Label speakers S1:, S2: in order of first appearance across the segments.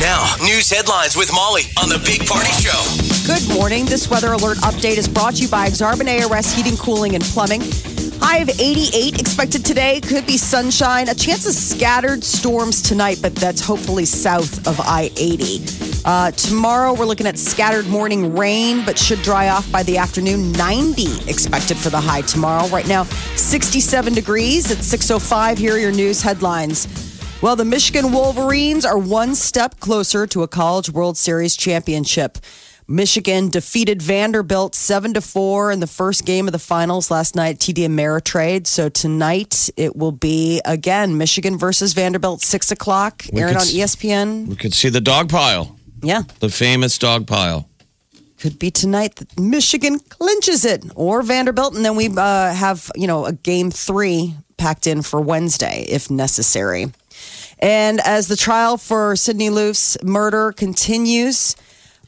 S1: Now, news headlines with Molly on the Big Party Show.
S2: Good morning. This weather alert update is brought to you by Xarban ARS Heating, Cooling, and Plumbing. High of 88 expected today. Could be sunshine. A chance of scattered storms tonight, but that's hopefully south of I 80. Uh, tomorrow, we're looking at scattered morning rain, but should dry off by the afternoon. 90 expected for the high tomorrow. Right now, 67 degrees at 6.05. Here are your news headlines. Well, the Michigan Wolverines are one step closer to a College World Series championship. Michigan defeated Vanderbilt 7 to 4 in the first game of the finals last night at TD Ameritrade. So tonight it will be again Michigan versus Vanderbilt, 6 o'clock,
S3: We
S2: airing
S3: could
S2: on E
S3: s-
S2: ESPN.
S3: We could see the dog pile,
S2: Yeah,
S3: the famous dog pile.
S2: could be tonight that Michigan clinches it or Vanderbilt. And then we uh, have, you know, a game three packed in for Wednesday if necessary. And as the trial for Sidney Loof's murder continues,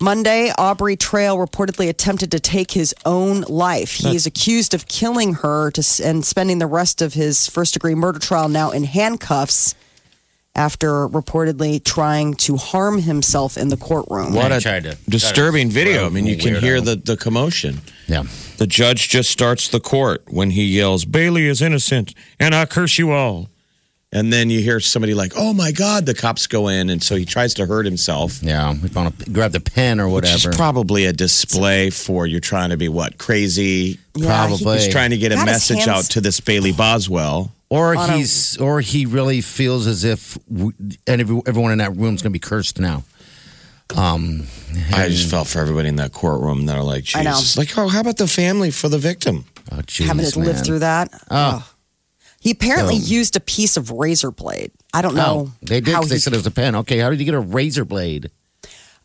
S2: Monday, Aubrey Trail reportedly attempted to take his own life. He is accused of killing her to, and spending the rest of his first degree murder trial now in handcuffs after reportedly trying to harm himself in the courtroom.
S3: What
S4: I
S3: a
S4: tried to-
S3: disturbing
S4: tried to-
S3: video. I mean, you can
S4: Weirdo.
S3: hear the, the commotion.
S4: Yeah.
S3: The judge just starts the court when he yells, Bailey is innocent, and I curse you all. And then you hear somebody like, oh my God, the cops go in. And so he tries to hurt himself.
S4: Yeah. We found a, grabbed a pen or
S3: Which
S4: whatever.
S3: is probably a display for you're trying to be what? Crazy?
S2: Yeah, he-
S4: Probably.
S3: He's trying to get a
S2: Got his
S3: message
S2: hands-
S3: out to this Bailey Boswell.
S4: or
S2: on a-
S4: he's or he really feels as if w- and every, everyone in that room's going to be cursed now.
S3: I just felt for everybody in that courtroom that are like,
S2: I know.
S3: Jesus. Like, oh, how about the family for the victim?
S4: Oh,
S2: having
S4: jeez,
S2: to live
S4: man.
S2: through that. Oh. He apparently
S4: So-
S2: used a piece of razor blade. I don't know.
S4: No, Oh, they did.
S2: how
S4: 'cause They
S2: he-
S4: said it was a pen. Okay, how did you get a razor blade?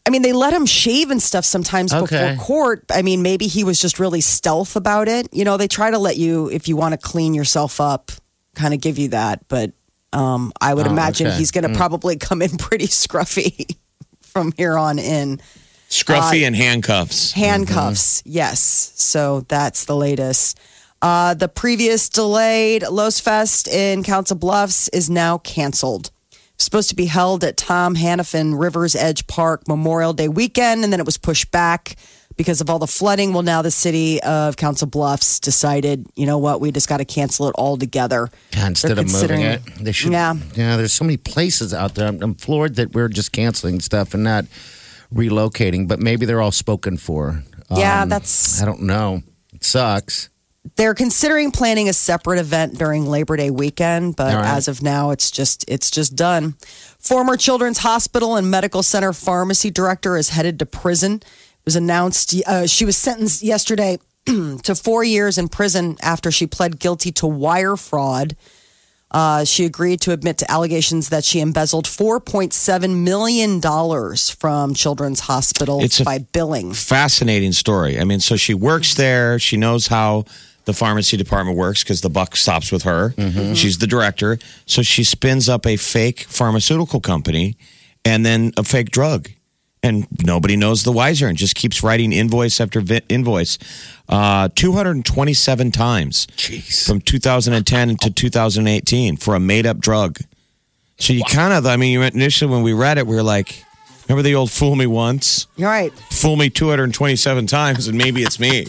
S2: I mean, they let him shave and stuff sometimes
S4: Okay.
S2: before court. I mean, maybe he was just really stealth about it. You know, they try to let you, if you want to clean yourself up, kind of give you that. But um, I would
S4: Oh,
S2: imagine
S4: okay.
S2: he's going to probably come in pretty scruffy from here on in.
S3: Scruffy and handcuffs.
S2: handcuffs. Yes. So that's the latest. Uh, the previous delayed Los Fest in Council Bluffs is now canceled. Supposed to be held at Tom Hannafin Rivers Edge Park Memorial Day weekend, and then it was pushed back because of all the flooding. Well, now the city of Council Bluffs decided, you know what, we just got to cancel it altogether.
S4: God, instead
S2: They're
S4: of moving
S2: considering-
S4: it, they should.
S2: Yeah.
S4: yeah. There's so many places out there. I'm, I'm floored that we're just canceling stuff and not relocating. But maybe they're all spoken for.
S2: Yeah,
S4: Um,
S2: that's-
S4: I don't know. It sucks.
S2: they're considering planning a separate event during Labor Day weekend, but
S4: All right.
S2: as of now, it's just it's just done. Former Children's Hospital and Medical Center pharmacy director is headed to prison. It was announced uh, she was sentenced yesterday to four years in prison after she pled guilty to wire fraud. Uh, she agreed to admit to allegations that she embezzled $4.7 million from Children's Hospital
S3: It's a-
S2: by billing.
S3: fascinating story. I mean, so she works there. She knows how the pharmacy department works because the buck stops with her. She's the director. So she spins up a fake pharmaceutical company and then a fake drug. And nobody knows the wiser and just keeps writing invoice after vi- invoice uh, 227 times
S4: Jeez.
S3: from 2010 to 2018 for a made up drug. So you kind of, I mean, you initially when we read it, we were like, remember the old fool me once?
S2: You're right.
S3: fool me 227 times and maybe it's me.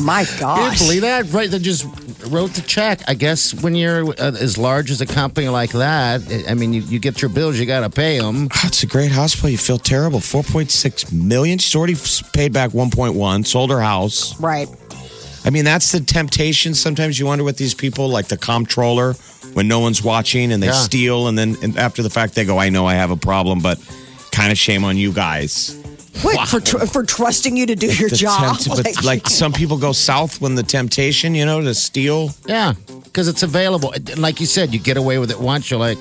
S2: My
S4: Can you
S2: gosh.
S4: believe that? Right, they just wrote the check. I guess when you're uh, as large as a company like that, I- I mean, you, you get your bills, you got to pay them.
S3: God, it's a great hospital. You feel terrible. 4.6 million. She's already f- paid back 1.1, sold her house.
S2: Right.
S3: I mean, that's the temptation. Sometimes you wonder what these people like the comptroller when no one's watching and they
S4: Yeah.
S3: steal and then and after the fact they go, I know I have a problem, but kind of shame on you guys.
S2: What for? Tr- for trusting you to do your
S3: The
S2: job?
S3: tempt- but like some people go south when the temptation, you know, to steal.
S4: Yeah, because it's available. And Like you said, you get away with it once. You're like,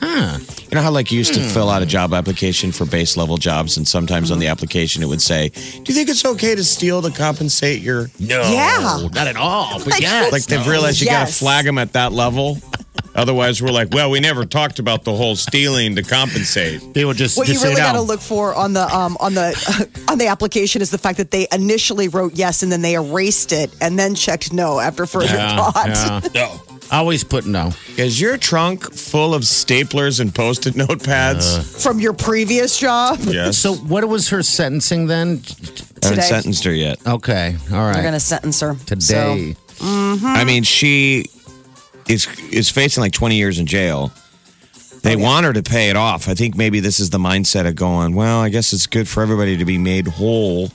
S4: huh?
S3: You know how like you used to fill out a job application for base level jobs, and sometimes on the application it would say, "Do you think it's okay to steal to compensate your?"
S4: No.
S2: Yeah.
S4: "Oh, Not at all. But
S2: Like,
S4: yes.
S3: Like they've realized you got to
S2: Yes.
S3: flag them at that level. Otherwise, we're like, well, we never talked about the whole stealing to compensate.
S4: they will just,
S2: What
S4: just
S2: you really
S4: say
S2: got to
S4: no.
S2: look for on the um, on the on the application is the fact that they initially wrote yes and then they erased it and then checked no after further
S4: yeah,
S2: thought.
S4: yeah. No. Always put no.
S3: Is your trunk full of staplers and post-it notepads?
S2: from your previous job.
S3: yes.
S4: So what was her sentencing then?
S3: I haven't
S2: Today.
S3: sentenced her yet.
S4: Okay. All right.
S2: They're going to sentence her
S4: Today.
S3: I mean, she is is facing like 20 years in jail. They want her to pay it off. I think maybe this is the mindset of going, well, I guess it's good for everybody to be made whole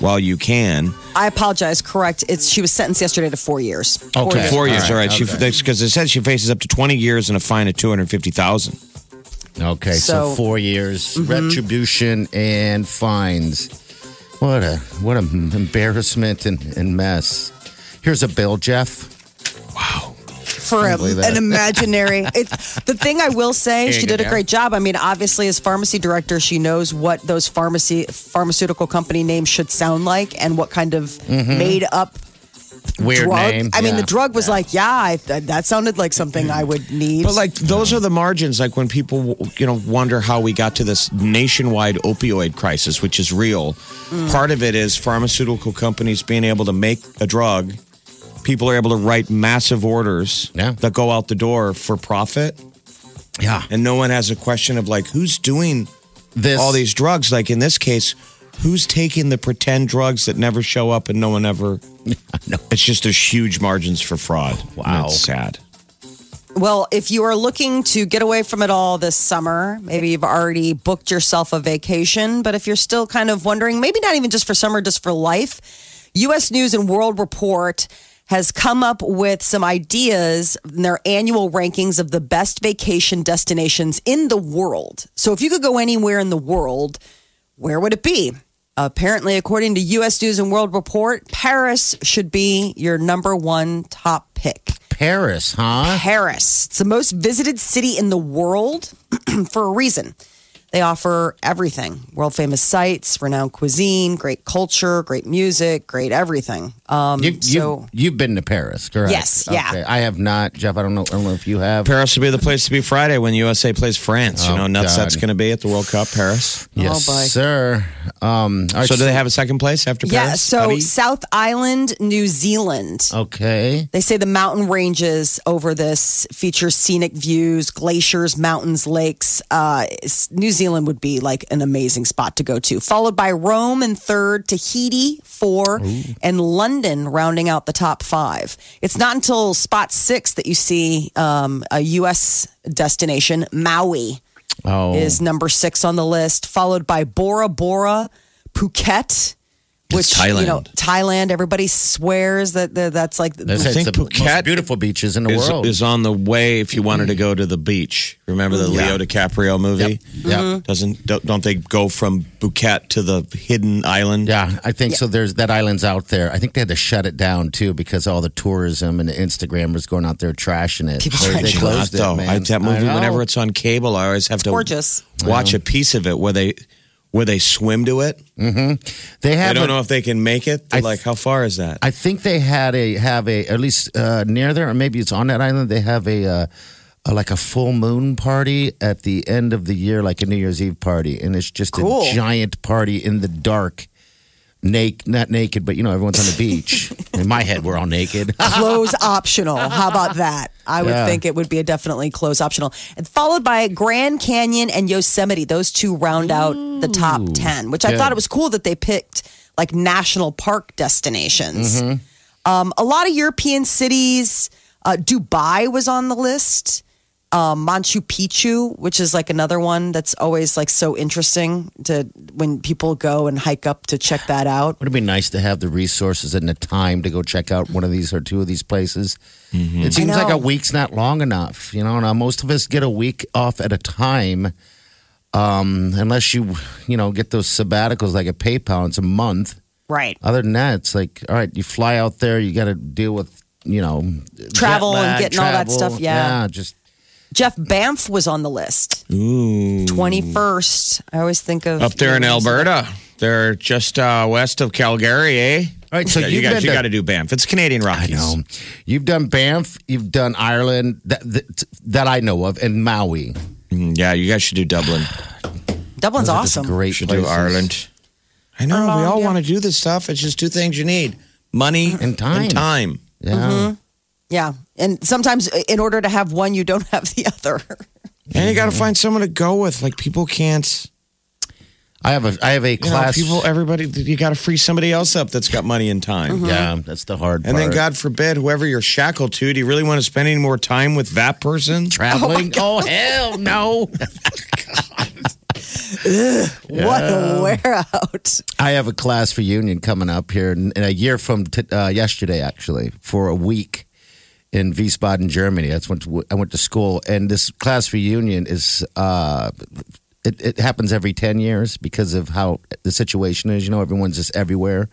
S3: while you can.
S2: So I apologize. Correct. It's she was sentenced yesterday to four years. Four
S4: Okay.
S2: years.
S3: Four years,
S4: All
S3: all
S4: right,
S3: right. She
S4: okay.
S3: Because it said she faces up to 20 years and a fine of 250000
S4: Okay. So,
S2: So- Mm-hmm.
S4: four years retribution and fines. What a what an embarrassment and, and mess. Here's a bill, Jeff.
S2: for a,
S4: believe that.
S2: an imaginary. It, the thing I will say, she did a great job. I mean, obviously, as pharmacy director, she knows what those pharmacy pharmaceutical company names should sound like and what kind of made up
S4: Mm-hmm. Weird
S2: drug.
S4: name.
S2: I mean, the
S4: Yeah.
S2: drug was like, yeah, I, th- that sounded like something I would need.
S3: But like those are the margins. Like when people, you know, wonder how we got to this nationwide opioid crisis, which is real.
S4: Mm.
S3: Part of it is pharmaceutical companies being able to make a drug. People are able to write massive orders
S4: Yeah.
S3: that go out the door for profit,
S4: Yeah.
S3: and no one has a question of like who's doing
S4: This
S3: all these drugs. Like in this case, who's taking the pretend drugs that never show up and no one ever.
S4: know.
S3: It's just there's huge margins for fraud.
S4: Wow.
S3: and it's sad.
S2: Well, if you are looking to get away from it all this summer, maybe you've already booked yourself a vacation, but if you're still kind of wondering, maybe not even just for summer, just for life, US News and World Report has come up with some ideas in their annual rankings of the best vacation destinations in the world. So if you could go anywhere in the world, where would it be? Apparently, according to US News and World Report, Paris should be your number one top pick.
S4: Paris, huh?
S2: Paris. It's the most visited city in the world for a reason. They offer everything world famous sites, renowned cuisine, great culture, great music, great everything. Um,
S4: You,
S2: so,
S4: you, have been to Paris, correct?
S2: Yes, yeah.
S4: Okay. I have not, Jeff. I don't know. I don't know if you have.
S3: Paris will be the place to be Friday when USA plays France.
S4: Oh,
S3: you know, nuts
S4: God.
S3: that's going to be at the World Cup, Paris.
S4: Yes,
S2: Oh, boy.
S4: sir. Um, all right,
S3: So do they have a second place after
S2: yeah,
S3: Paris?
S2: so
S3: Buddy?
S2: South Island, New Zealand.
S4: Okay.
S2: They say the mountain ranges over this feature scenic views, glaciers, mountains, lakes. Uh, it's- New Zealand would be like an amazing spot to go to, followed by Rome in third, Tahiti four, and London rounding out the top five. It's not until spot six that you see um, a U.S. destination, Maui
S4: Oh,
S2: is number six on the list, followed by Bora Bora, Phuket, which you know
S3: Thailand.
S2: Thailand. Everybody swears that that- that's like
S4: They say
S3: think
S4: it's the most
S3: Phuket
S4: beautiful beaches in the
S3: is,
S4: world.
S3: is on the way if you wanted to go to the beach. Remember the Leo DiCaprio movie?
S2: Mm-hmm.
S4: Yep. Mhm.
S3: Doesn't don't, don't they go from Phuket to the hidden island?
S4: yeah, I think so. There's that island's out there. I think they had to shut it down too because all the tourism and the Instagrammers going out there trashing it.
S2: People
S4: they,
S2: trashing
S4: they
S2: it.
S4: closed
S3: though.
S4: it, man.
S3: I, that movie,
S4: know.
S3: whenever it's on cable, I always have to
S2: gorgeous.
S3: watch a piece of it where they where they swim to it.
S4: they
S3: I
S4: have
S3: don't
S4: a-
S3: know if they can make it. They're
S4: I-
S3: like, how far is that?
S4: I think they had a have a at least uh, near there, or maybe it's on that island. They have a, uh, a like a full moon party at the end of the year, like a New Year's Eve party, and it's just
S2: Cool.
S4: a giant party in the dark, naked, not naked, but you know everyone's on the beach. in my head, we're all naked.
S2: clothes optional. How about that? I would
S4: Yeah.
S2: think it would be a definitely clothes optional. And followed by Grand Canyon and Yosemite. Those two round out the top 10, which I
S4: good.
S2: thought it was cool that they picked like national park destinations. Um, a lot of European cities, uh, Dubai was on the list. Um, Machu Picchu, which is like another one that's always like so interesting to when people go and hike up to check that out.
S4: Would it be nice to have the resources and the time to go check out one of these or two of these places?
S3: Mm-hmm.
S4: It seems like a
S2: know.
S4: week's not long enough, you know. And uh, most of us get a week off at a time, um, unless you, you know, get those sabbaticals like a PayPal. It's a month.
S2: Right.
S4: Other than that, it's like, all right, you fly out there, you got to deal with, you know, jet
S2: Travel and
S4: lag,
S2: getting all that
S4: travel.
S2: stuff, yeah.
S4: yeah, just
S2: Jeff Banff was on the list.
S3: Ooh.
S2: 21st. I always think of
S3: Up there in Alberta. They're just uh, west of Calgary, eh?
S4: All right, so
S3: Yeah, you
S4: you've
S3: got
S4: been
S3: you
S4: to-
S3: got to do Banff. It's Canadian
S4: I
S3: Rockies.
S4: know. You've done Banff, you've done Ireland that that, that I know of, and Maui.
S3: Mm, Yeah, you guys should do Dublin.
S2: Dublin's
S4: Those are just
S2: awesome.
S4: Great
S3: You should
S4: places.
S3: do Ireland. I know. we all
S2: yeah.
S3: want to do this stuff. It's just two things you need: money
S4: And time.
S3: And time.
S4: Yeah.
S2: Mm-hmm. Yeah. And sometimes uh, in order to have one, you don't have the other.
S3: And you got to find someone to go with. Like people can't.
S4: I have a I have a
S3: You know,
S4: class.
S3: people, everybody, you got to free somebody else up that's got money and time.
S4: yeah, that's the hard
S3: And
S4: part.
S3: then, God forbid, whoever you're shackled to, do you really want to spend any more time with that person?
S4: traveling. Oh, hell no.
S2: What a wear out.
S4: I have a class reunion coming up here in, in a year from t- uh, yesterday, actually, for a week in Wiesbaden, Germany. That's when t- I went to school, and this class reunion is. Uh, it, it happens every 10 years because of how the situation is. You know, everyone's just everywhere.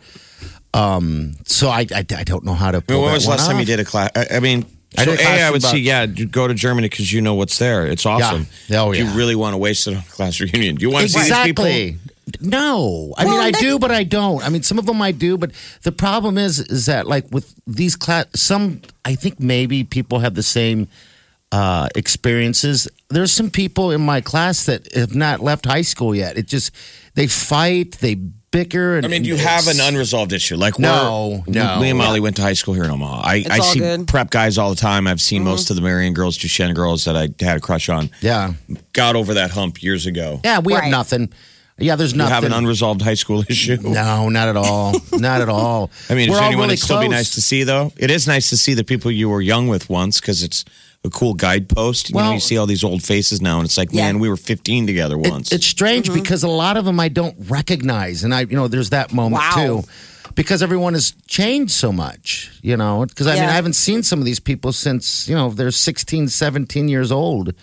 S4: Um, so I, I, I don't know how to.
S3: I mean,
S4: pull
S3: when
S4: that
S3: was the
S4: one
S3: last time you
S4: off.
S3: did a class? I, I mean,
S4: I
S3: I so
S4: did a class
S3: a, I would
S4: about-
S3: say, yeah, you go to Germany because you know what's there. It's awesome.
S4: Yeah. Oh,
S3: Do
S4: yeah.
S3: You really want to waste it on a class reunion? Do you want to see these people?
S4: Exactly. No, I mean
S2: Well,
S4: I
S2: that-
S4: do, but I don't. I mean, some of them I do, but the problem is, is that like with these class, some I think maybe people have the same uh, experiences. There's some people in my class that have not left high school yet. It just they fight, they bicker. And,
S3: I mean, do you
S4: and
S3: have an
S4: it's-
S3: unresolved issue? Like,
S4: No,
S3: we're-
S4: no.
S3: Me and Molly went to high school here in Omaha. I, I
S2: all
S3: see
S2: good. Mm-hmm.
S3: prep guys all the time. I've seen most of the Marion girls, Duchenne girls that I had a crush on.
S4: Yeah,
S3: Got over that hump years ago.
S4: yeah, we have
S2: Right.
S4: nothing. Yeah, there's
S3: You
S4: nothing.
S3: have an unresolved high school issue.
S4: no, not at all. not at all.
S3: I mean,
S4: we're
S3: is
S4: all
S3: anyone
S4: really
S3: it'd still be
S4: close.
S3: nice to see though? It is nice to see the people you were young with once because it's a cool guidepost. You know,
S4: Well-
S3: you see all these old faces now, and it's like, man, we were 15 together
S4: It-
S3: once.
S4: it's strange
S2: Mm-hmm.
S4: because a lot of them I don't recognize, and I, you know, there's that moment
S2: Wow.
S4: too, because everyone has changed so much, you know. Because I mean,
S2: Yeah.
S4: I haven't seen some of these people since you know they're 16, 17 years old.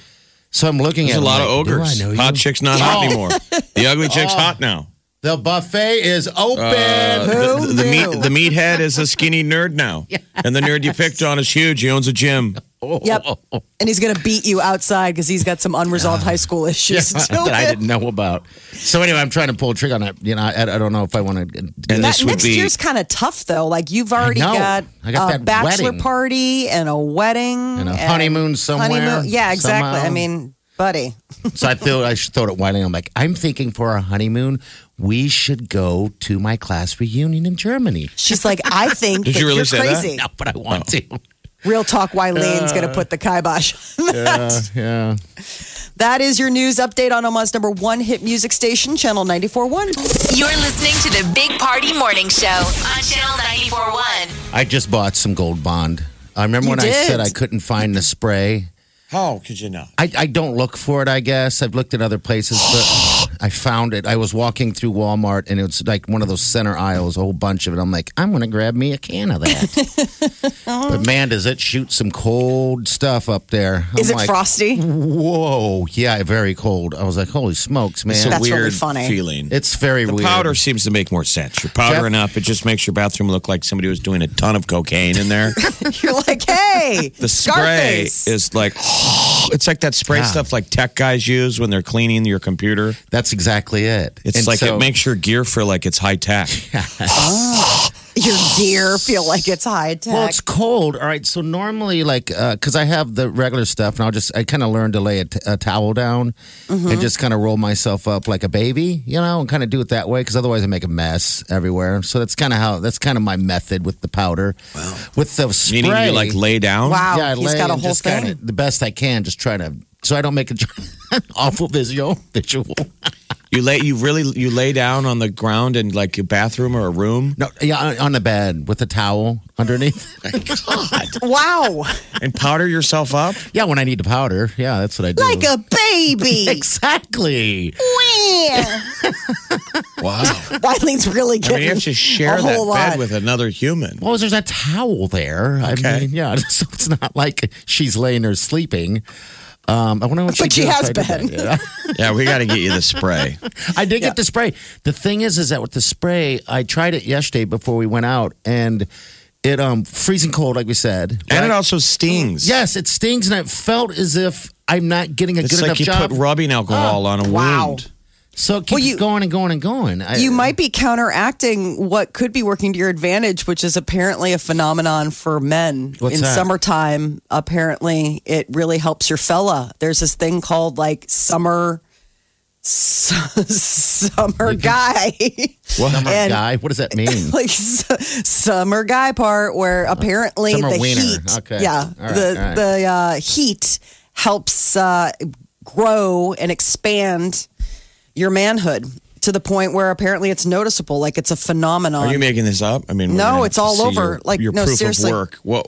S4: So I'm looking
S3: There's a
S4: at them
S3: lot of
S4: like, do
S3: ogres.
S4: I know you?
S3: Hot chick's not hot
S4: Oh.
S3: anymore. The ugly chick's hot now.
S4: The buffet is open.
S3: The, the, meat, the meathead is a skinny nerd now, and the nerd you picked on is huge. He owns a gym.
S2: Yep. And he's going to beat you outside because he's got some unresolved high school issues. too.
S4: that I didn't know about. So anyway, I'm trying to pull a trick on that. You know, I, I don't know if I want to.
S3: And
S2: That
S3: this would
S2: next
S3: be
S2: year's kind of tough though. Like you've already
S4: know.
S2: got,
S4: I got
S2: a
S4: that
S2: bachelor
S4: wedding.
S2: party and a wedding
S4: And a honeymoon somewhere,
S2: Yeah, exactly.
S4: somehow.
S2: I mean, buddy.
S4: So I thought I should throw it wildly. I'm like, I'm thinking for our honeymoon, we should go to my class reunion in Germany.
S2: She's like, I think
S3: Did
S2: that
S3: you really
S2: are
S3: say that?
S2: crazy.
S4: No, but I want to.
S2: Real talk. Wylene's going to put the kibosh. on that.
S4: Yeah.
S2: that is your news update on Omaha's number one hit music station, Channel 94.1.
S5: You're listening to the Big Party Morning Show on Channel 941.
S4: I just bought some gold bond. I remember
S2: You
S4: when I said
S2: did.
S4: I couldn't find the spray.
S3: how could you not?
S4: I, I don't look for it, I guess. I've looked at other places, but I found it. I was walking through Walmart and it's like one of those center aisles, a whole bunch of it. I'm like, I'm going to grab me a can of that.
S2: Uh-huh.
S4: but man, does it shoot some cold stuff up there.
S2: Is
S4: I'm
S2: it
S4: like,
S2: frosty?
S3: hmm.
S4: Whoa. Yeah, very cold. I was like, holy smokes, man.
S3: It's a
S2: That's really
S3: weird
S2: funny.
S3: feeling.
S4: It's very
S3: The
S4: weird.
S3: powder seems to make more sense. You're powdering up. It just makes your bathroom look like somebody was doing a ton of cocaine in there.
S2: You're like, hey,
S3: The spray
S2: Scarface.
S3: is like, it's like that spray
S4: Yeah.
S3: stuff like tech guys use when they're cleaning your computer.
S4: That's exactly it.
S3: It's
S4: And
S3: like
S4: so-
S3: it makes your gear feel like it's high tech.
S2: your gear feel like it's high tech.
S4: Well, it's cold. All right. So normally, like, because I have the regular stuff, and I'll just I kind of learn to lay a, t- a towel down
S2: Mm-hmm.
S4: and just kind of roll myself up like a baby, you know, and kind of do it that way. Because otherwise, I make a mess everywhere. So that's kind of how that's kind of my method with the powder. Wow. With the spray,
S3: Meaning you like lay down.
S2: Wow.
S4: yeah, I
S2: he's
S4: lay
S2: got a
S4: and
S2: whole
S4: just kinda-
S2: thing.
S4: the best I can, just try to so I don't make a awful visual visual.
S3: You lay. You really you lay down on the ground in like your bathroom or a room
S4: No, yeah, on- on the bed with a towel underneath.
S2: wow.
S3: and powder yourself up.
S4: yeah, when I need to powder, yeah, that's what I do.
S2: Like a baby.
S4: exactly.
S3: Wow.
S2: Wileen's really
S3: I mean,
S2: getting
S3: you have to share
S2: a
S3: that
S2: whole
S3: bed
S2: lot.
S3: with another human.
S4: Well, there's a towel there. I
S3: Okay.
S4: mean, yeah. So it's not like she's laying there sleeping. Um, I wonder what
S2: But she
S4: did
S2: has
S4: if I did
S2: been.
S4: that.
S3: Yeah, we got to get you the spray.
S4: Yeah. I did get the spray. The thing is, is that with the spray, I tried it yesterday before we went out, and it um freezing cold, like we said.
S3: And
S4: right?
S3: it also stings.
S4: yes, it stings, and it felt as if I'm not getting a
S3: It's
S4: good
S3: like
S4: enough
S3: you
S4: job.
S3: put rubbing alcohol on a
S2: wow.
S3: wound.
S4: so it keeps
S2: Well, you-
S4: going and going and going. I,
S2: You might be counteracting what could be working to your advantage, which is apparently a phenomenon for men.
S4: What's
S2: In
S4: that?
S2: summertime, apparently, it really helps your fella. There's this thing called like summer. s- Summer guy,
S4: What? Summer
S2: And-
S4: guy. What does that mean?
S2: like s- summer guy part, where apparently
S4: Summer
S2: the
S4: wiener.
S2: heat,
S4: Okay.
S2: yeah,
S4: All right,
S2: the
S4: all right.
S2: the uh, heat helps uh, grow and expand your manhood to the point where apparently it's noticeable, like it's a phenomenon.
S3: Are you making this up? I mean, we're
S2: Um, No,
S3: gonna have
S2: it's
S3: to
S2: all
S3: see
S2: over.
S3: Your,
S2: Like,
S3: your
S2: no,
S3: proof
S2: seriously.
S3: of work. Whoa.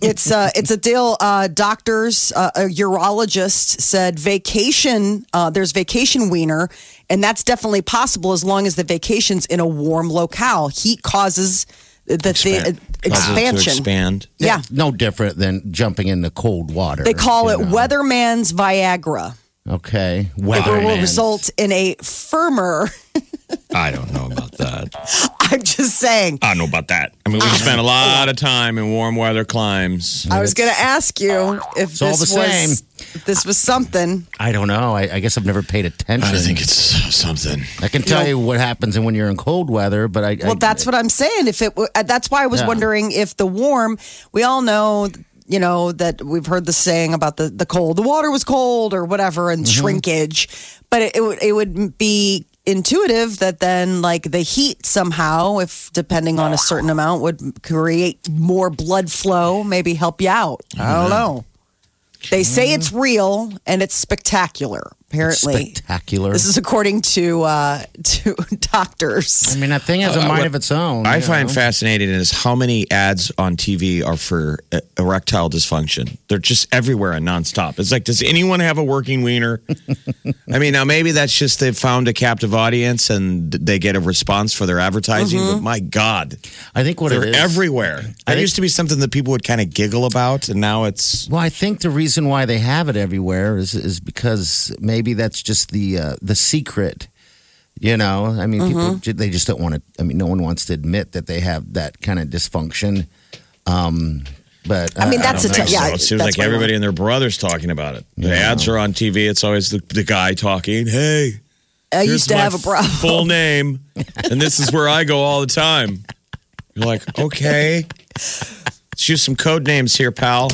S2: it's uh, it's a deal. Uh, doctors, uh, a urologist said vacation. Uh, there's vacation wiener, and that's definitely possible as long as the vacation's in a warm locale. Heat causes the, the
S3: Causes it to
S2: expansion.
S3: expand.
S2: Yeah,
S4: It's no different than jumping in the cold water.
S2: they call
S4: you
S2: it
S4: know.
S2: weatherman's Viagra.
S4: Okay.
S2: It
S4: Weather.
S2: will result in a firmer.
S3: I don't know about that.
S2: I'm just saying.
S3: I don't know about that. Ah. I mean, we spent a lot of time in warm weather climbs.
S2: I was going to ask you if this
S4: all
S2: was
S4: the same.
S2: if this was something.
S4: I don't know. I, I guess I've never paid attention.
S3: it's something.
S4: I can tell you what happens when you're in cold weather, but I.
S2: Well, that's what I'm saying. If it, w- uh, that's why I was
S4: Yeah.
S2: wondering if the warm. We all know, you know, that we've heard the saying about the the cold. The water was cold, or whatever, and
S4: Mm-hmm.
S2: shrinkage. But it it, would it would be intuitive that then like the heat somehow if depending on a certain amount would create more blood flow maybe help you out i
S4: Mm-hmm.
S2: don't know they say it's real and it's spectacular apparently
S4: spectacular.
S2: this is according to uh to doctors
S4: I mean, that thing has a mind of its own.
S3: Uh, I
S4: you
S3: find
S4: know.
S3: fascinating is how many ads on TV are for uh, erectile dysfunction. They're just everywhere and nonstop. It's like, does anyone have a working wiener? I mean, now maybe that's just they've found a captive audience and they get a response for their advertising. But
S2: Mm-hmm.
S3: my God,
S4: I think what
S3: they're
S4: it is.
S3: everywhere. That used to be something that people would kind of giggle about, and now it's
S4: Well, I think the reason why they have it everywhere is is because maybe that's just the uh, the secret. You know, I mean,
S2: Mm-hmm.
S4: people ju- they just don't want to. I mean, no one wants to admit that they have that kind of dysfunction. Um, but
S2: I mean, that's a
S3: I think
S2: t- yeah.
S3: so. It seems
S2: that's
S3: like
S2: what I
S3: everybody and their brothers talking about it. The ads are on TV. It's always the, the guy talking. Hey,
S2: I
S3: here's
S2: used to
S3: my
S2: have a problem.
S3: full name, and this is where I go all the time. You're like, okay, let's use some code names here, pal.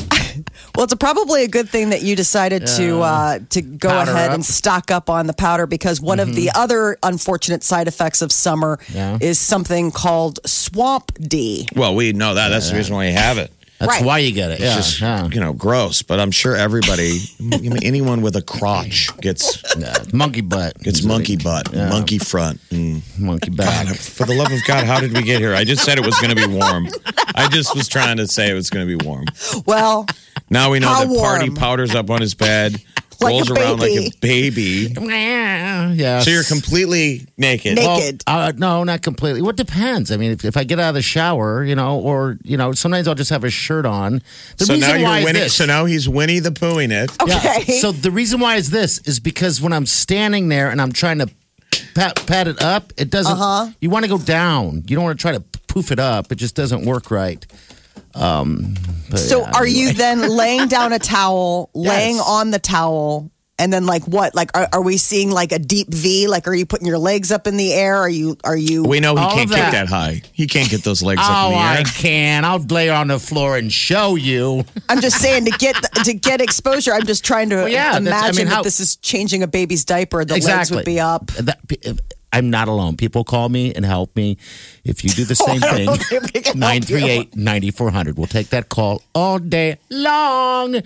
S2: Well, it's probably a good thing that you decided to uh, to go
S4: Powder
S2: ahead
S4: up.
S2: and stock up on the powder because one of the
S3: Mm-hmm.
S2: other unfortunate side effects of summer
S4: Yeah.
S2: is something called swamp D.
S3: Well, we know that. That's the reason why you have it.
S4: that's
S2: right.
S4: why you get it. oh,
S3: It's
S4: Yeah,
S3: just
S4: yeah.
S3: you know gross, but I'm sure everybody, I mean, anyone with a crotch gets
S4: Yeah. monkey butt.
S3: gets monkey butt, monkey front. and-
S4: monkey back.
S3: God, for the love of God, how did we get here? I just said it was going to be warm. I just was trying to say it was going to be warm.
S2: Well,
S3: Now we know
S2: How
S3: that party
S2: warm?
S3: powders up on his bed,
S2: Like
S3: rolls
S2: a
S3: around like a baby.
S4: yeah.
S3: So you're completely naked.
S2: Naked.
S4: Well, uh, no, not completely. Well, it depends. I mean, if, if I get out of the shower, you know, or you know, sometimes I'll just have a shirt on. The
S3: So now
S4: reason
S3: you're
S4: why is
S3: Winnie.
S4: this-
S3: So now he's Winnie the Poohing it.
S2: okay.
S4: Yeah. So the reason why is this is because when I'm standing there and I'm trying to pat, pat it up, it doesn't. Uh-huh. You want to go down. You don't want to try to poof it up. It just doesn't work right.
S2: So are you then laying down a towel, laying on the towel? And then, like what? Like, are, are we seeing like a deep V? Like, are you putting your legs up in the air? Are you? Are you?
S3: We know he
S4: All
S3: can't
S4: of
S3: get
S4: that.
S3: that high. He can't get those legs up
S4: Oh,
S3: in the
S4: I
S3: air.
S4: can. I'll lay on the floor and show you.
S2: I'm just saying to get to get exposure. I'm just trying to
S4: Well, yeah, that's- I
S2: imagine
S4: mean, how-
S2: that this is changing a baby's diaper. The legs would be up.
S4: That- I'm not alone. People call me and help me. If you do the same
S2: Oh, I
S4: thing,
S2: don't think we can help you.
S4: 938 9400. We'll take that call all day long.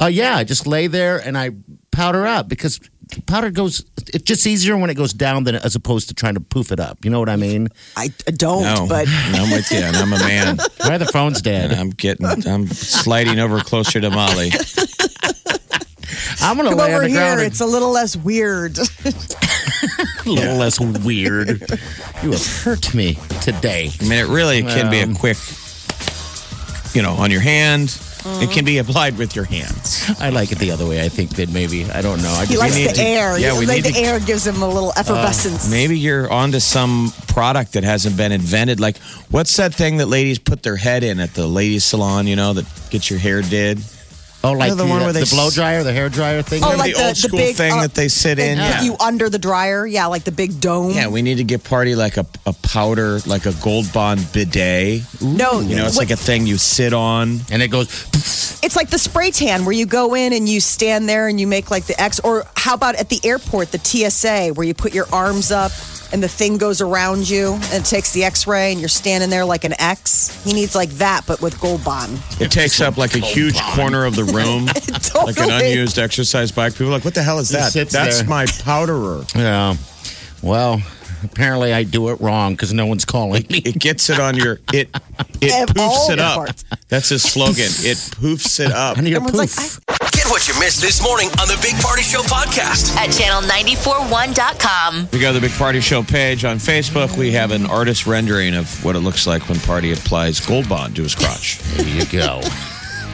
S4: Uh, yeah, I just lay there and I powder up because powder goes, it's just easier when it goes down than as opposed to trying to poof it up. You know what I mean?
S2: I don't,
S3: No,
S2: but
S3: I'm with you, and I'm a man.
S4: Why the phone's dead?
S3: And I'm getting, I'm sliding over closer to Molly.
S4: I'm going to
S2: come
S4: lay on
S2: over
S4: the
S2: here.
S4: ground.
S2: It's a little less weird.
S4: a little less weird. You have hurt me today.
S3: I mean, it really can be a quick, you know, on your hand. It can
S2: Mm.
S3: be applied with your hands.
S4: I like it the other way. I think that maybe, I don't know. I
S2: He
S4: just-
S2: likes
S3: need
S2: the
S3: to-
S2: air.
S3: yeah,
S2: You
S3: we
S2: know, like
S3: need
S2: the
S3: to- Oh,
S2: air gives him a little effervescence.
S3: Maybe you're onto some product that hasn't been invented. Like, what's that thing that ladies put their head in at the ladies' salon, you know, that gets your hair did?
S4: Oh, like
S3: the one where they
S4: the blow
S3: s-
S4: dryer, the hair dryer thing.
S2: Oh,
S3: Remember
S2: like
S3: the
S2: the,
S3: old school
S2: big
S3: thing
S2: uh,
S3: that they sit in?
S2: that
S3: Yeah.
S2: You under the dryer, yeah, like the big dome.
S3: Yeah, we need to get party like a, a powder, like a gold bond bidet.
S2: no,
S3: You know, it's
S2: what-
S3: like a thing you sit on.
S4: and it goes.
S2: It's like the spray tan where you go in and you stand there and you make like the X. Or how about at the airport, the TSA, where you put your arms up and the thing goes around you and it takes the X ray and you're standing there like an X. He needs like that, but with Gold Bond.
S3: It takes up like a huge corner of the room, like an
S2: Totally.
S3: unused exercise bike. People are like, what the hell is
S4: It
S3: that?
S4: sits
S3: That's
S4: there.
S3: my powderer.
S4: Yeah. Well, apparently I do it wrong because no one's calling me.
S3: It gets it on your it. It
S2: Of all
S3: poofs it
S2: the
S3: up.
S2: parts.
S3: That's his slogan. It poofs it up.
S4: I need a poof.
S2: Everyone's
S1: Get what you missed this morning on the Big Party Show podcast.
S5: At channel941.com.
S3: We go to the Big Party Show page on Facebook. We have an artist rendering of what it looks like when Party applies Gold Bond to his crotch.
S4: there you go.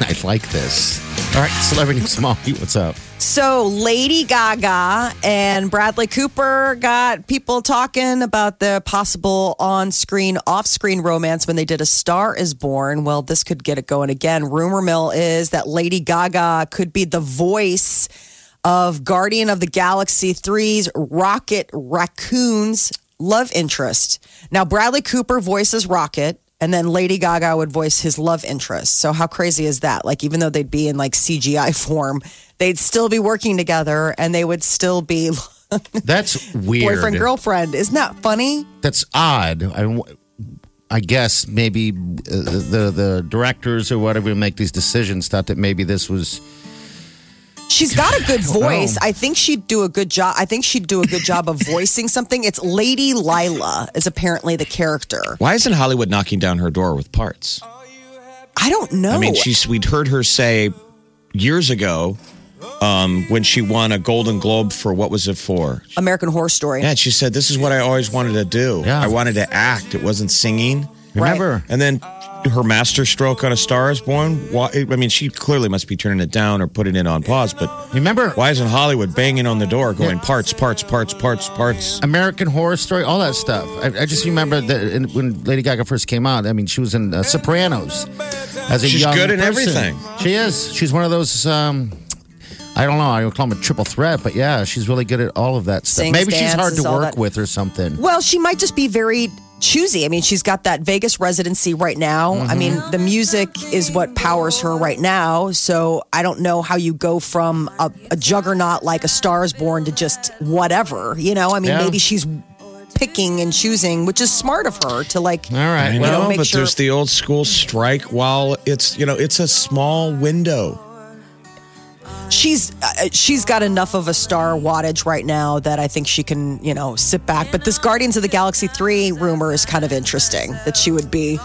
S4: I like this. All right, celebrity Molly, what's up?
S2: So Lady Gaga and Bradley Cooper got people talking about the possible on-screen, off-screen romance when they did A Star Is Born. Well, this could get it going again. Rumor mill is that Lady Gaga could be the voice of Guardian of the Galaxy 3's Rocket Raccoon's love interest. Now Bradley Cooper voices Rocket and then Lady Gaga would voice his love interest. So how crazy is that? Like even though they'd be in like CGI form, they'd still be working together and they would still be
S4: That's weird.
S2: boyfriend girlfriend. Isn't that funny?
S4: That's odd. I, I guess maybe uh, the the directors or whatever who make these decisions thought that maybe this was.
S2: She's got a good voice.
S4: know.
S2: I think she'd do a good job. I think she'd do a good job of voicing something. It's Lady Lila is apparently the character.
S3: Why isn't Hollywood knocking down her door with parts?
S2: I don't know.
S3: I mean, she's we'd heard her say years ago um, when she won a Golden Globe for what was it for?
S2: American Horror Story.
S3: Yeah, she said this is what I always wanted to do.
S4: Yeah.
S3: I wanted to act. It wasn't singing.
S4: Remember,
S3: And then her master stroke on A Star Is Born. Why, I mean, she clearly must be turning it down or putting it on pause. But
S4: remember
S3: why isn't Hollywood banging on the door, going parts, parts, parts, parts, parts?
S4: American Horror Story, all that stuff. I, I just remember that in- when Lady Gaga first came out. I mean, she was in uh, Sopranos as a
S3: She's
S4: young
S3: good in
S4: person.
S3: everything.
S4: She is. She's one of those. Um, I don't know. I would call them a triple threat, but yeah, she's really good at all of that stuff.
S2: Sings,
S4: Maybe she's hard
S2: dances,
S4: to
S2: all
S4: work
S2: that.
S4: with or something.
S2: Well, she might just be very choosy. I mean, she's got that Vegas residency right now. I mean,
S4: Mm-hmm.
S2: the music is what powers her right now. So I don't know how you go from a, a juggernaut like a Star is Born to just whatever. You know, I mean,
S4: Yeah.
S2: maybe she's picking and choosing, which is smart of her to like.
S4: All right.
S3: I
S4: well,
S3: know,
S2: make
S3: but
S2: sure-
S3: there's the old school strike while it's you know it's a small window.
S2: She's uh, she's got enough of a star wattage right now that I think she can you know sit back. But this Guardians of the Galaxy three rumor is kind of interesting that she would be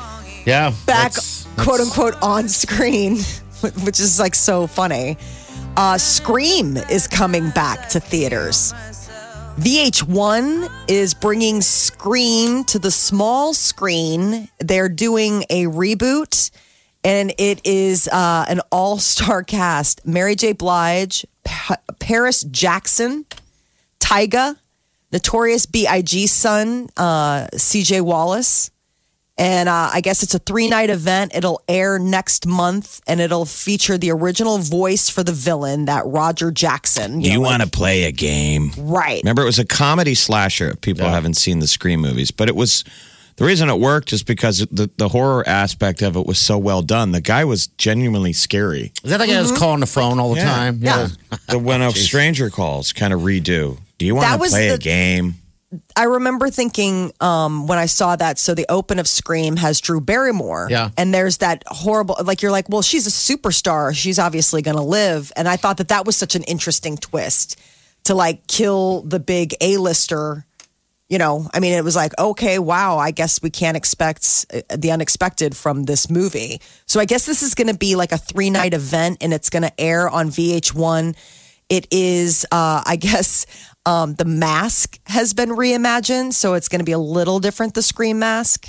S4: yeah.
S2: back,
S4: that's-
S2: quote
S4: that's-
S2: unquote, on screen, which is like so funny. Uh, Scream is coming back to theaters. VH1 is bringing Scream to the small screen. They're doing a reboot, and it is uh, an all star cast Mary J. Blige, pa- Paris Jackson, Tyga, Notorious B.I.G.'s son, uh, CJ Wallace. And uh, I guess it's a three night event. It'll air next month and it'll feature the original voice for the villain, that Roger Jackson.
S3: You want to play a game?
S2: Right.
S3: Remember, it was a comedy slasher. If people haven't seen the Scream movies, but it was the reason it worked is because the the horror aspect of it was so well done. The guy was genuinely scary.
S4: Is that the guy that's calling the phone all the time?
S2: Mm-hmm. Yeah.
S3: The when a stranger calls, kind of redo. Do you
S2: That
S3: want to
S2: was
S3: play a
S2: the-
S3: game?
S2: I remember thinking um, when I saw that. So the open of Scream has Drew Barrymore.
S4: Yeah.
S2: And there's that horrible, like, you're like, well, she's a superstar. She's obviously going to live. And I thought that that was such an interesting twist to like kill the big A lister. You know, I mean, it was like, okay, wow, I guess we can't expect uh, the unexpected from this movie. So I guess this is going to be like a three night event and it's going to air on VH1. It is, uh, I guess, um, the mask has been reimagined. So it's going to be a little different, the Scream mask.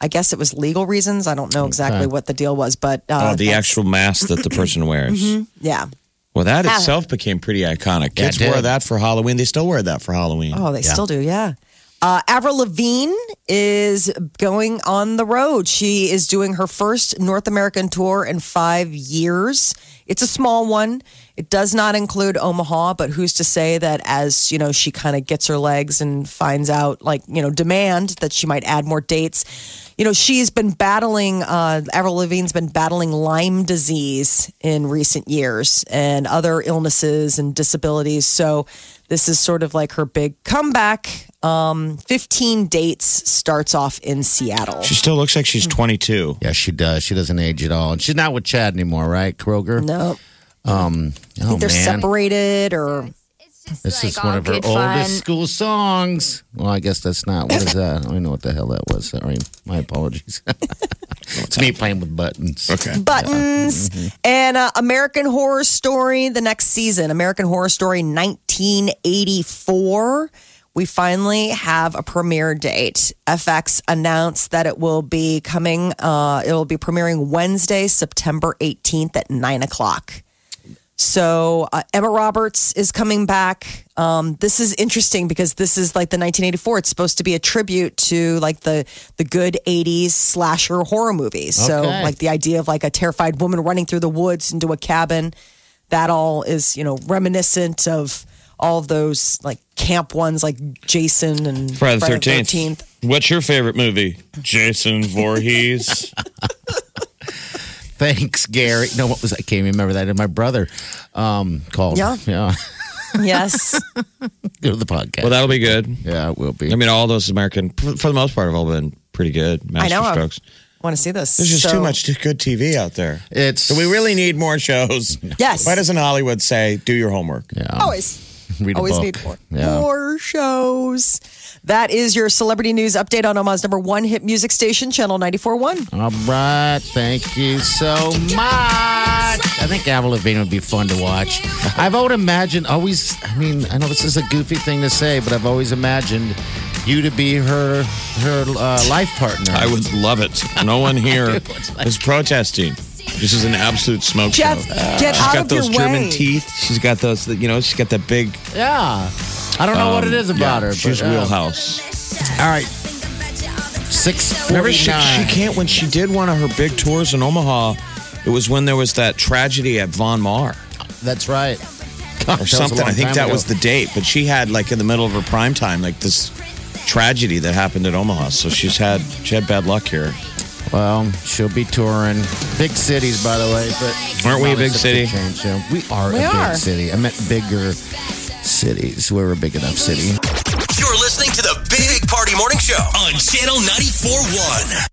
S2: I guess it was legal reasons. I don't know exactly what the deal was, but uh,
S3: oh, the actual mask that the person wears.
S2: Mm-hmm. yeah.
S3: Well, that itself became pretty iconic.
S4: Yeah, it
S3: Kids wore
S4: did.
S3: that for Halloween. They still wear that for Halloween.
S2: Oh, they still do, yeah. Uh, Avril Lavigne is going on the road. She is doing her first North American tour in five years. It's a small one. It does not include Omaha, but who's to say that as, you know, she kind of gets her legs and finds out like, you know, demand that she might add more dates. You know, she's been battling uh Avril Lavigne's been battling Lyme disease in recent years and other illnesses and disabilities. So this is sort of like her big comeback. Um, 15 dates starts off in Seattle.
S3: She still looks like she's
S2: Mm.
S3: 22.
S4: Yeah, she does. She doesn't age at all, and she's not with Chad anymore, right? Kroger.
S2: No,
S4: oh,
S2: they're separated or
S4: This is
S5: like
S2: "Oh,
S4: one
S5: all
S4: of her
S5: good
S4: oldest
S5: fun.
S4: school songs. Well, I guess that's not. What is that? I don't even know what the hell that was. Sorry. My apologies. it's me playing with buttons.
S3: Okay.
S2: buttons and uh, American Horror Story the next season. American Horror Story 1984. We finally have a premiere date. FX announced that it will be coming. Uh, it will be premiering Wednesday, September 18th at nine o'clock. So uh, Emma Roberts is coming back. Um, this is interesting because this is like the 1984. It's supposed to be a tribute to like the the good 80s slasher horror movies. So
S4: Okay.
S2: like the idea of like a terrified woman running through the woods into a cabin, that all is you know reminiscent of all of those like camp ones like Jason and
S3: Friday the
S2: Friday
S3: 13th. What's your favorite movie? Jason Voorhees.
S4: Thanks, Gary. No, what was I can't even remember that. And my brother um, called.
S2: Yeah.
S4: Yeah.
S2: Yes.
S4: Go to the podcast.
S3: well, that'll be good.
S4: yeah, it will be.
S3: I mean, all those American, for for the most part, have all been pretty good. Master
S2: know, I'm-
S3: strokes.
S2: Want to see this?
S3: There's just
S2: So-
S3: too much good TV out there.
S4: it's
S3: So we really need more shows.
S2: Yes.
S3: Why doesn't Hollywood say, do your homework?
S4: yeah.
S2: Always.
S4: Read a
S2: always
S4: book.
S2: need more.
S4: Yeah.
S2: More shows. That is your celebrity news update on Omaha's number one hit music station, Channel 94.1.
S4: All right, thank you so much. I think Avril Lavigne would be fun to watch. I've always imagined, always, I mean, I know this is a goofy thing to say, but I've always imagined you to be her her uh, life partner.
S3: I would love it. No one here is protesting. This is an absolute smoke
S2: Jeff,
S3: show.
S2: get
S3: She's
S2: out
S3: got
S2: of
S3: those
S2: your
S3: German
S2: way.
S3: teeth. She's got those, you know, she's got that big.
S4: yeah. I don't know what it is about
S3: Um, yeah,
S4: her.
S3: She's
S2: uh,
S4: but, uh, yeah.
S3: wheelhouse.
S4: All right. Six
S3: Remember, she, she
S4: forty-nine.
S3: can't, when she did one of her big tours in Omaha, it was when there was that tragedy at Von Mar
S4: That's right. That
S3: or
S4: was a
S3: something.
S4: long
S3: I think
S4: time
S3: that
S4: ago.
S3: was the date. But she had, like, in the middle of her prime time, like this tragedy that happened at Omaha. So she's had, she had bad luck here.
S4: Well, she'll be touring big cities, by the way. But
S3: Aren't we a big city?
S4: Change, so we are a
S2: We are.
S4: big city. I meant bigger cities. We're a big enough city.
S1: You're listening to the Big Party Morning Show on Channel 94.1.